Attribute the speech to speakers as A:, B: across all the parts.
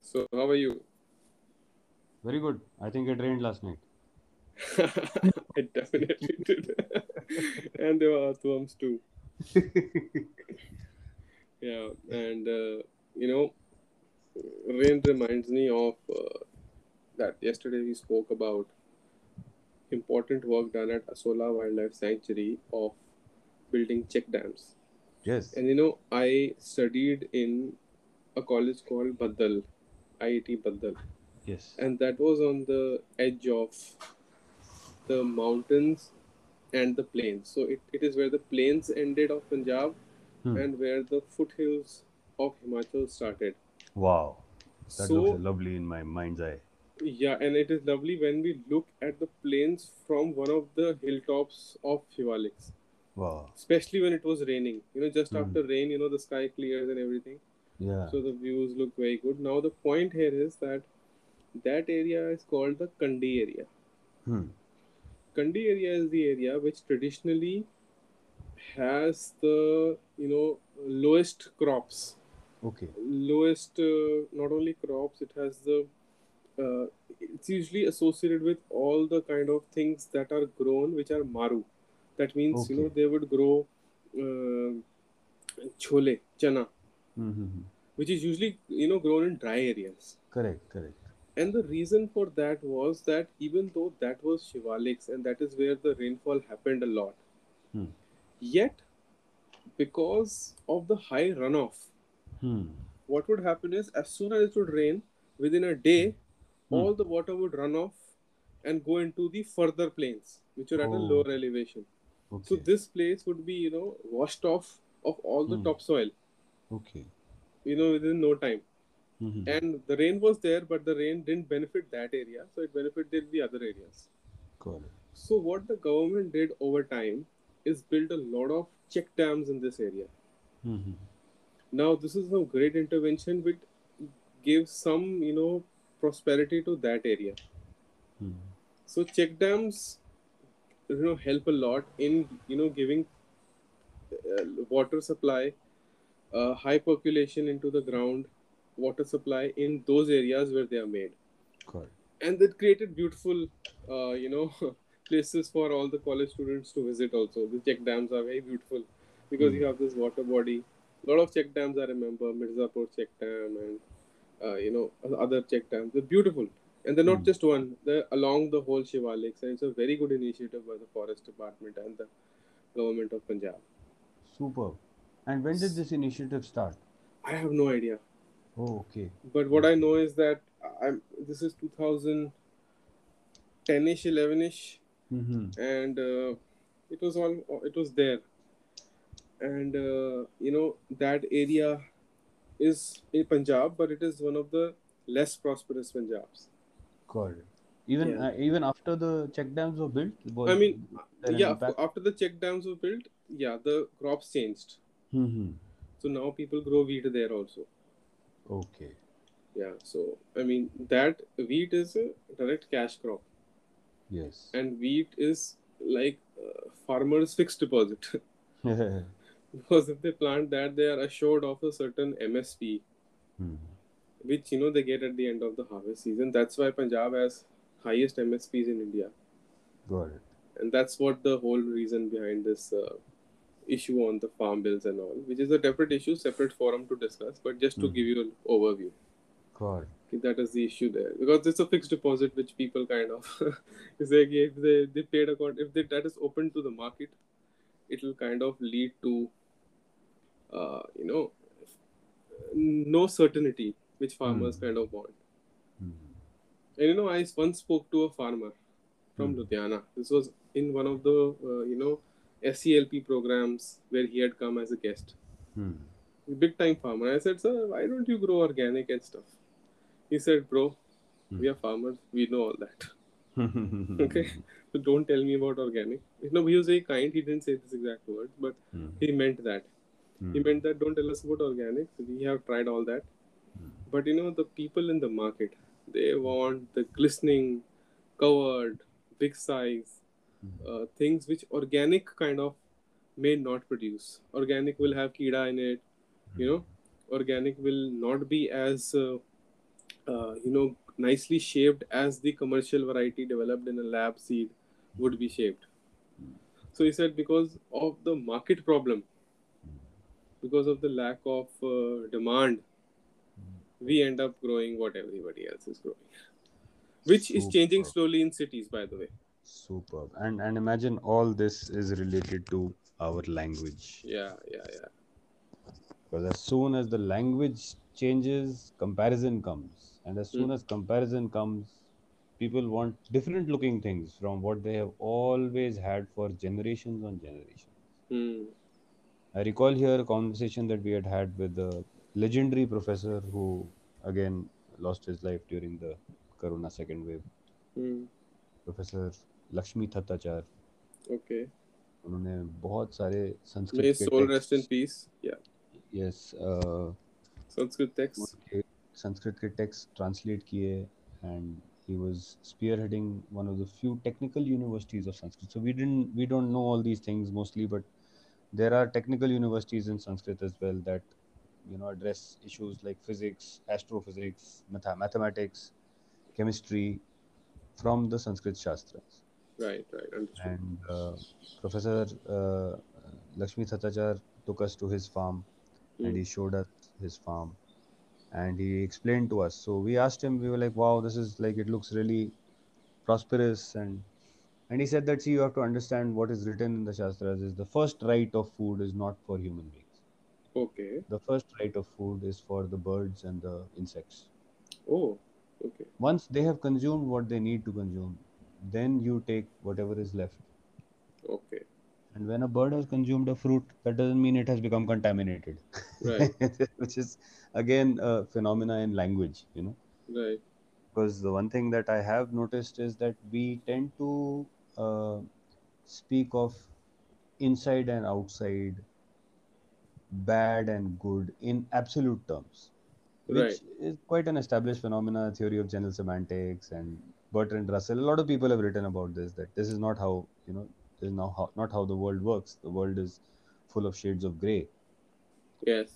A: So how are you?
B: Very good. I think it rained last night.
A: it definitely did. and there were earthworms too. yeah, and uh, you know, rain reminds me of uh, that yesterday we spoke about important work done at Asola Wildlife Sanctuary of building check dams.
B: Yes.
A: And you know, I studied in a college called E Badal, IIT Badal,
B: Yes.
A: and that was on the edge of the mountains and the plains. So it, it is where the plains ended of Punjab
B: Hmm.
A: and where the foothills of Himachal started.
B: Wow. That
A: so
B: looks lovely in my mind's eye.
A: yeah, and it is lovely when we look at the plains from one of the hilltops of Hivalix.
B: Wow.
A: Especially when it was raining. You know, just
B: Hmm.
A: after rain, you know, the sky clears and everything.
B: Yeah.
A: so the views look very good now the point here is that that area is called the kandi area
B: Hmm.
A: kandi area is the area which traditionally has the you know lowest crops
B: Okay.
A: lowest uh, not only crops it has the uh, it's usually associated with all the kind of things that are grown which are maru that means you know
B: Okay.
A: they would grow uh, chole chana
B: Mm-hmm.
A: which is usually you know grown in dry areas
B: Correct. Correct.
A: And the reason for that was that even though that was Shivaliks and that is where the rainfall happened a lot,
B: Hmm.
A: yet because of the high runoff,
B: Hmm.
A: what would happen is as soon as it would rain, within a day,
B: Hmm.
A: all the water would run off and go into the further plains, which are at a
B: Oh.
A: lower elevation. So
B: Okay.
A: this place would be, you know, washed off of all the
B: Hmm.
A: topsoil,
B: Okay.
A: you know, within no time.
B: Mm-hmm.
A: And the rain was there, but the rain didn't benefit that area, so it benefited the other areas.
B: Got it.
A: So what the government did over time is built a lot of check dams in this area.
B: Mm-hmm.
A: Now this is some great intervention which gives some you know prosperity to that area.
B: Hmm.
A: So check dams you know help a lot in you know giving uh, water supply, uh, high percolation into the ground, water supply in those areas where they are made,
B: Got it.
A: and that created beautiful uh, you know places for all the college students to visit. Also, the check dams are very beautiful because
B: Hmm.
A: you have this water body. A lot of check dams I remember Mirzapur check dam and uh, you know other check dams. They're beautiful, and they're not
B: Hmm.
A: just one. They're along the whole Shivalik, and it's a very good initiative by the Forest Department and the government of Punjab.
B: Superb. And when did this initiative start?
A: I have no idea.
B: Oh, okay.
A: But what I
B: Okay.
A: know is that I'm this is 2010ish, 11ish,
B: Mm-hmm.
A: and uh, it was all it was there. And uh, you know that area is in Punjab, but it is one of the less prosperous Punjabs.
B: Got it. Even
A: Yeah.
B: uh, even after the check dams were built,
A: I
B: was
A: mean,
B: there an
A: yeah. f-
B: impact?
A: After the check dams were built, yeah, the crops changed.
B: Mm-hmm.
A: So now people grow wheat there also.
B: Okay.
A: Yeah. So I mean, that wheat is a direct cash crop.
B: Yes.
A: and wheat is like uh, farmers' fixed deposit
B: hmm.
A: because if they plant that, they are assured of a certain MSP, which you know they get at the end of the harvest season. That's why Punjab has highest MSPs in India,
B: Got it.
A: and that's what the whole reason behind this uh, issue on the farm bills and all, which is a separate issue, separate forum to discuss. But just to
B: Hmm.
A: give you an overview.
B: Got it.
A: कि That is the issue there because it's a fixed deposit which people kind of is like if they, they paid account if they, that is open to the market it will kind of lead to uh, you know no certainty which farmers
B: Hmm.
A: kind of want
B: Hmm.
A: and you know i once spoke to a farmer from
B: Hmm.
A: ludhiana this was in one of the uh, you know selp programs where he had come as a guest
B: Hmm.
A: big time farmer i said sir why don't you grow organic and stuff he said bro
B: Hmm.
A: we are farmers we know all that okay
B: Hmm.
A: so don't tell me about organic you know he was very kind he didn't say this exact words but he meant that he
B: Hmm.
A: meant that don't tell us about organic we have tried all that But you know, the people in the market, they want the glistening, covered, big size, uh, things which organic kind of may not produce. Organic will have kida in it, you know, organic will not be as uh, uh, you know, nicely shaped as the commercial variety developed in a lab seed would be shaped. So he said, because of the market problem, because of the lack of uh, demand, we end up growing what everybody else is growing, which is changing
B: Superb.
A: slowly in cities, by the way.
B: Superb. And and imagine all this is related to our language.
A: Yeah, yeah, yeah.
B: Because as soon as the language changes, comparison comes. And as soon as comparison comes, people want different looking things from what they have always had for generations on generations.
A: Hmm.
B: I recall here a conversation that we had had with the legendary professor who, again, lost his life during the Corona second wave.
A: Hmm.
B: Professor Lakshmi Thattachar.
A: Okay.
B: उन्होंने बहुत सारे
A: May
B: Sanskrit
A: his
B: के
A: soul rest in
B: texts-
A: peace. Yeah.
B: yes, uh,
A: Sanskrit texts.
B: उनके संस्कृत के text translate किए and he was spearheading one of the few technical universities of sanskrit so we didn't we don't know all these things mostly but there are technical universities in sanskrit as well that you know address issues like physics astrophysics matha- mathematics chemistry from the sanskrit shastras
A: Right, right. Understood.
B: and uh, Professor uh, Lakshmi Thatachar took us to his farm and he showed us his farm and he explained to us. So we asked him, we were like, wow, this is like, it looks really prosperous. And and he said that, see, you have to understand what is written in the Shastras is the first right of food is not for human beings.
A: Okay.
B: The first right of food is for the birds and the insects.
A: Oh, okay.
B: Once they have consumed what they need to consume, then you take whatever is left.
A: Okay.
B: And when a bird has consumed a fruit, that doesn't mean it has become contaminated,
A: Right,
B: which is again a phenomena in language, you know.
A: right.
B: Because the one thing that I have noticed is that we tend to uh, speak of inside and outside, bad and good in absolute terms, which
A: Right.
B: is quite an established phenomena, theory of general semantics, and Bertrand Russell. A lot of people have written about this that this is not how you know this is now how, not how the world works. The world is full of shades of gray.
A: Yes.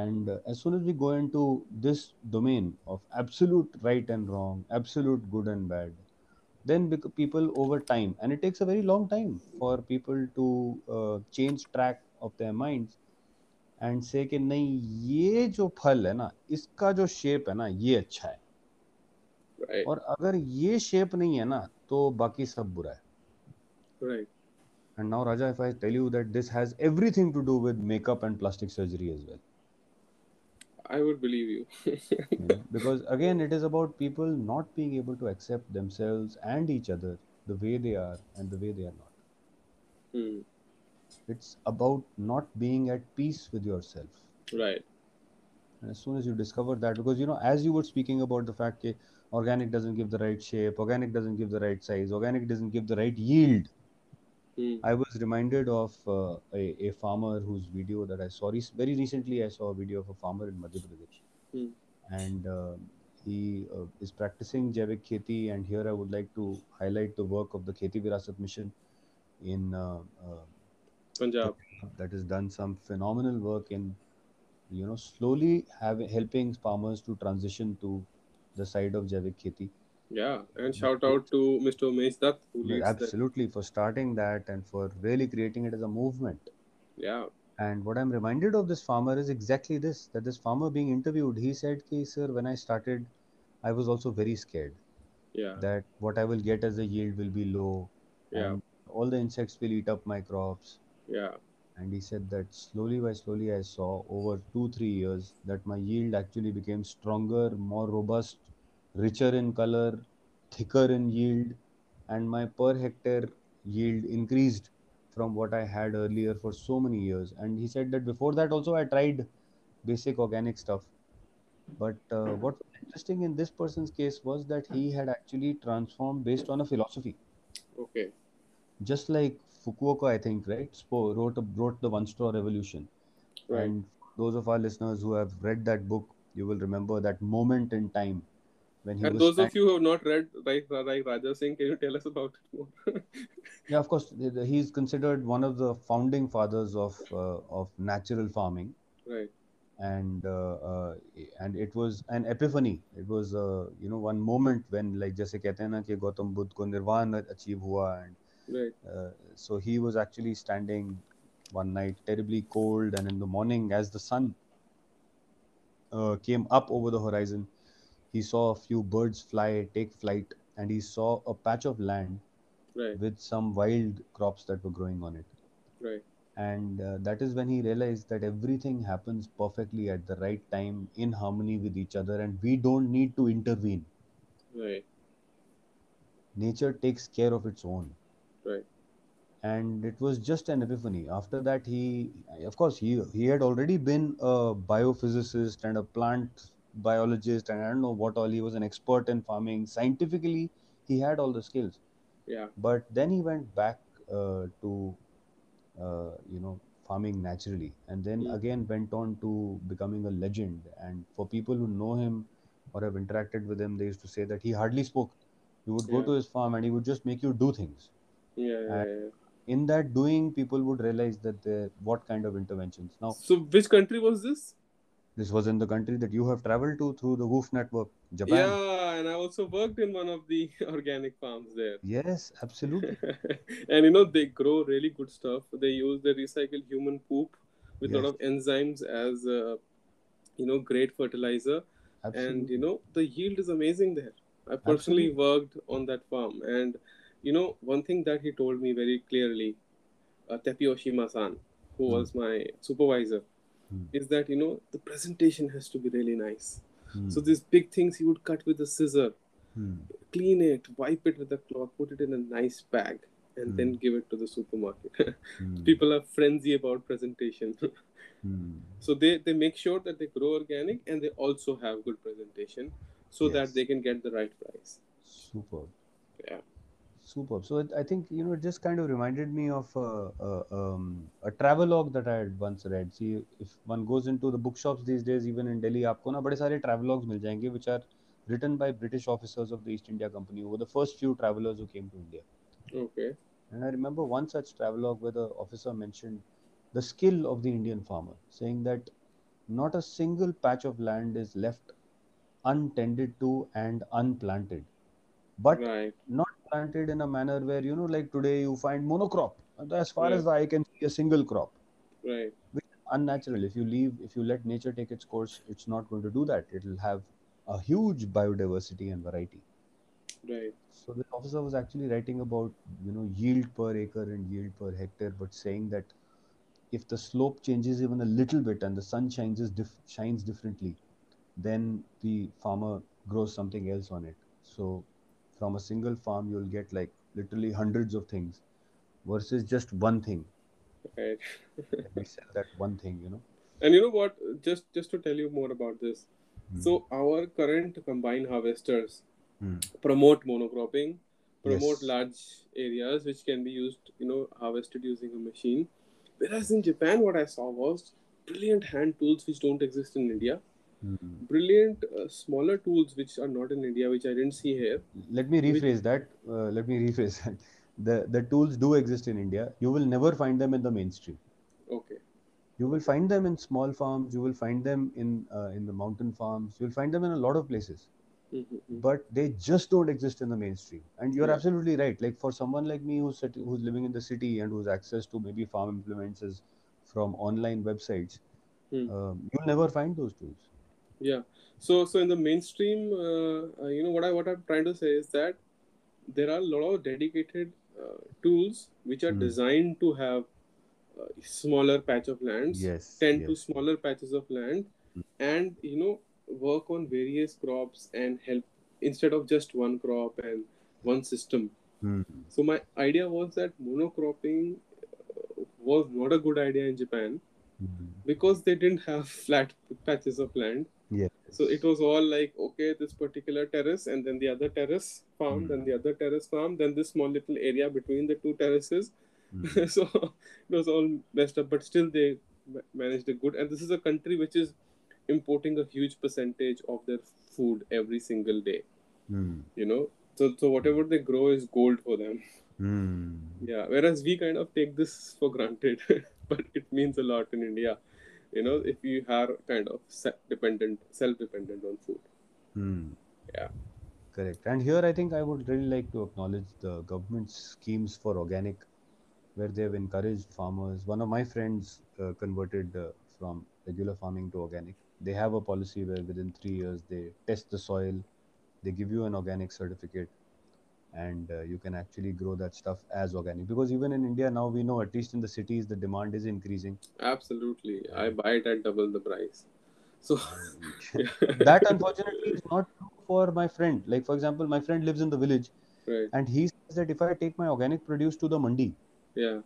B: And uh, as soon as we go into this domain of absolute right and wrong, absolute good and bad, then bec- people over time, and it takes a very long time for people to uh, change track of their minds and say कि नहीं ये जो फल है ना इसका जो shape है ना ये अच्छा है
A: Right,
B: और अगर ये शेप नहीं है ना तो बाकी सब बुरा है
A: right.
B: And now Raja if I tell you that this has everything to do with makeup and plastic surgery as well
A: I would believe you.
B: you know, because again it is about people not being able to accept themselves and each other the way they are and the way they are not
A: Hmm.
B: it's about not being at peace with yourself
A: Right.
B: and as soon as you discover that because you know as you were speaking about the fact that organic doesn't give the right shape organic doesn't give the right size organic doesn't give the right yield
A: Hmm.
B: i was reminded of uh, a, a farmer whose video that i saw rec- very recently i saw a video of a farmer in madhya pradesh
A: Hmm.
B: and uh, he uh, is practicing Jaivik Kheti. And here I would like to highlight the work of the Kheti Virasat Mission in uh, uh,
A: Punjab.
B: that has done some phenomenal work in, you know, slowly having helping farmers to transition to the side of Jaivik Kheti.
A: Yeah. And shout out to Mr. Umesh Dutt who leads that.
B: Absolutely, for starting that and for really creating it as a movement.
A: Yeah.
B: And what I'm reminded of this farmer is exactly this that this farmer being interviewed, he said, Ki, Sir, when I started, I was also very scared.
A: Yeah.
B: that what I will get as a yield will be low,
A: Yeah.
B: and all the insects will eat up my crops.
A: Yeah.
B: And he said that slowly by slowly, I saw over two, three years that my yield actually became stronger, more robust, richer in color, thicker in yield, and my per hectare yield increased from what I had earlier for so many years. And he said that before that, also, I tried basic organic stuff. But uh, what was interesting in this person's case was that he had actually transformed based on a philosophy,
A: Okay.
B: just like Fukuoka, I think, right? Spo- wrote a, wrote the One Straw Revolution.
A: Right.
B: And those of our listeners who have read that book, you will remember that moment in time when he
A: and
B: was.
A: those of you who have not read like, like Raja Singh, can you tell us about it more?
B: Yeah, of course, th- th- he's considered one of the founding fathers of uh, of natural farming.
A: right.
B: and uh, uh, and it was an epiphany it was uh, you know one moment when like जैसे कहते हैं ना कि गौतम बुद्ध को निर्वाण achieve हुआ and
A: right
B: uh, so he was actually standing one night terribly cold and in the morning as the sun uh, came up over the horizon he saw a few birds fly take flight and he saw a patch of land
A: right
B: with some wild crops that were growing on it
A: right
B: and uh, that is when he realized that everything happens perfectly at the right time in harmony with each other and we don't need to intervene
A: right
B: nature takes care of its own
A: right
B: and it was just an epiphany after that he of course he he had already been a biophysicist and a plant biologist and i don't know what all he was an expert in farming scientifically he had all the skills
A: yeah
B: but then he went back uh, to uh, you know farming naturally and then
A: Mm.
B: again went on to becoming a legend and for people who know him or have interacted with him they used to say that he hardly spoke he would go
A: Yeah.
B: to his farm and he would just make you do things
A: yeah, yeah, yeah.
B: in that doing people would realize that they, what kind of interventions now
A: so which country was this
B: this was in the country that you have traveled to through the woof network japan
A: yeah and i also worked in one of the organic farms there
B: yes absolutely
A: and you know they grow really good stuff they use they recycle human poop with a lot
B: Yes.
A: of enzymes as uh, you know great fertilizer
B: absolutely
A: and you know the yield is amazing there i personally
B: Absolutely.
A: worked on that farm and you know one thing that he told me very clearly uh, tepi oshima-san who
B: Hmm.
A: was my supervisor
B: Hmm.
A: is that you know the presentation has to be really nice
B: Hmm.
A: so these big things he would cut with a scissor
B: Hmm.
A: clean it, wipe it with a cloth, put it in a nice bag, and
B: Hmm.
A: then give it to the supermarket.
B: Hmm.
A: People are frenzy about presentation.
B: Hmm.
A: so they, they make sure that they grow organic and they also have good presentation so
B: Yes.
A: that they can get the right price.
B: superb
A: Yeah.
B: superb so it, i think you know it just kind of reminded me of a, a, um, a travelogue that i had once read see if one goes into the bookshops these days even in delhi aapko na bade sare travelogues mil jayenge which are written by british officers of the east india company who were the first few travelers who came to india
A: Okay.
B: and i remember one such travelogue where the officer mentioned the skill of the indian farmer saying that not a single patch of land is left untended to and unplanted but
A: Right.
B: not planted in a manner where you know like today you find monocrop And as far
A: Yeah.
B: as the eye can see a single crop
A: Right.
B: unnatural if you leave if you let nature take its course it's not going to do that it'll have a huge biodiversity and variety
A: Right.
B: so the officer was actually writing about you know yield per acre and yield per hectare but saying that if the slope changes even a little bit and the sun shines is dif- shines differently then the farmer grows something else on it so from a single farm you'll get like literally hundreds of things versus just one thing
A: Right.
B: we sell that one thing you know
A: And you know what? Just just to tell you more about this. So our current combine harvesters
B: Hmm.
A: promote monocropping, promote
B: Yes.
A: large areas which can be used, you know, harvested using a machine. Whereas in Japan, what I saw was brilliant hand tools which don't exist in India,
B: Hmm.
A: brilliant uh, smaller tools which are not in India, which I didn't see here.
B: let me rephrase that uh, let me rephrase that the the tools do exist in india you will never find them in the mainstream
A: Okay,
B: you will find them in small farms you will find them in uh, in the mountain farms you'll find them in a lot of places
A: mm-hmm.
B: but they just don't exist in the mainstream and you're
A: Yeah.
B: absolutely right like for someone like me who's sit- who's living in the city and who's access to maybe farm implements is from online websites
A: Hmm.
B: um, you'll never find those tools
A: yeah. So, so in the mainstream, uh, uh, you know, what I what I'm trying to say is that there are a lot of dedicated uh, tools which are
B: Hmm.
A: designed to have uh, smaller patch of lands.
B: yes
A: 10 to
B: yes.
A: smaller patches of land and you know work on various crops and help instead of just one crop and one system
B: Hmm.
A: so my idea was that monocropping uh, was not a good idea in japan
B: Hmm.
A: because they didn't have flat patches of land
B: yes
A: so it was all like okay this particular terrace and then the other terrace farm
B: Hmm.
A: then the other terrace farm then this small little area between the two terraces
B: Hmm.
A: so it was all messed up but still they ma- managed a good and this is a country which is importing a huge percentage of their food every single day
B: Hmm.
A: you know so so whatever they grow is gold for them
B: Hmm.
A: yeah whereas we kind of take this for granted but it means a lot in india you know if you are kind of se- dependent self dependent on food
B: Hmm.
A: Yeah.
B: Correct. And here I think I would really like to acknowledge the government's schemes for organic, where they have encouraged farmers. One of my friends uh, converted uh, from regular farming to organic. They have a policy where within three years they test the soil, they give you an organic certificate, and uh, you can actually grow that stuff as organic. Because even in India now, we know at least in the cities, the demand is increasing.
A: absolutely i buy it at double the price so
B: that unfortunately is not true for my friend. Like, for example, my friend lives in the village.
A: right
B: and he says that if I take my organic produce to the mandi,
A: yeah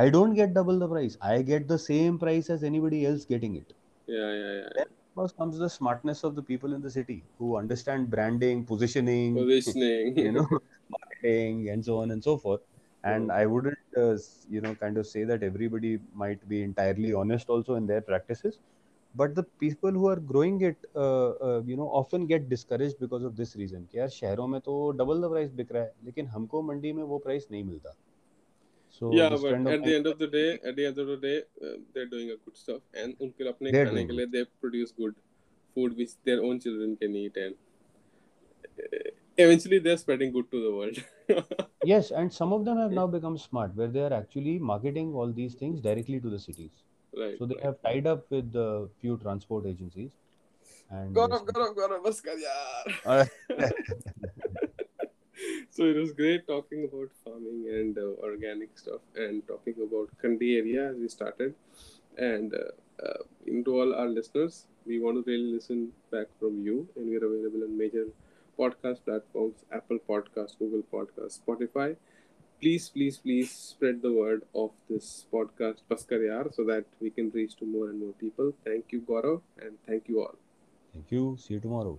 B: I don't get double the price. I get the same price as anybody else getting it.
A: yeah yeah yeah
B: First comes the smartness of the people in the city who understand branding, positioning,
A: positioning
B: you know, marketing, and so on and so forth. And I wouldn't, uh, s- you know, kind of say that everybody might be entirely honest also in their practices, but the people who are growing it, uh, uh, you know, often get discouraged because of this reason. कि यार शहरों में तो double the price बिक रहा है, लेकिन हमको मंडी में वो price नहीं मिलता. So
A: yeah
B: this
A: but
B: kind
A: at
B: of
A: the end of the day at the end of the day uh, they're doing a good stuff and unke apne
B: They're
A: khane
B: doing
A: ke liye they produce good food which their own children can eat and uh, eventually they're spreading good to the world
B: yes, and some of them have now become smart, where they are actually marketing all these things directly to the cities.
A: right
B: So they
A: right.
B: have tied up with a few transport agencies. And
A: Gaurav, Gaurav, Gaurav, बस कर यार.
B: Uh,
A: so it was great talking about farming and uh, organic stuff and talking about Kandi area as we started. And uh, uh, into all our listeners, we want to really listen back from you. And we are available on major podcast platforms Apple Podcast, Google Podcast, Spotify. Please, please, please spread the word of this podcast, Baskar Yaar, so that we can reach to more and more people. Thank you, Gaurav, and thank you all.
B: Thank you. See you tomorrow.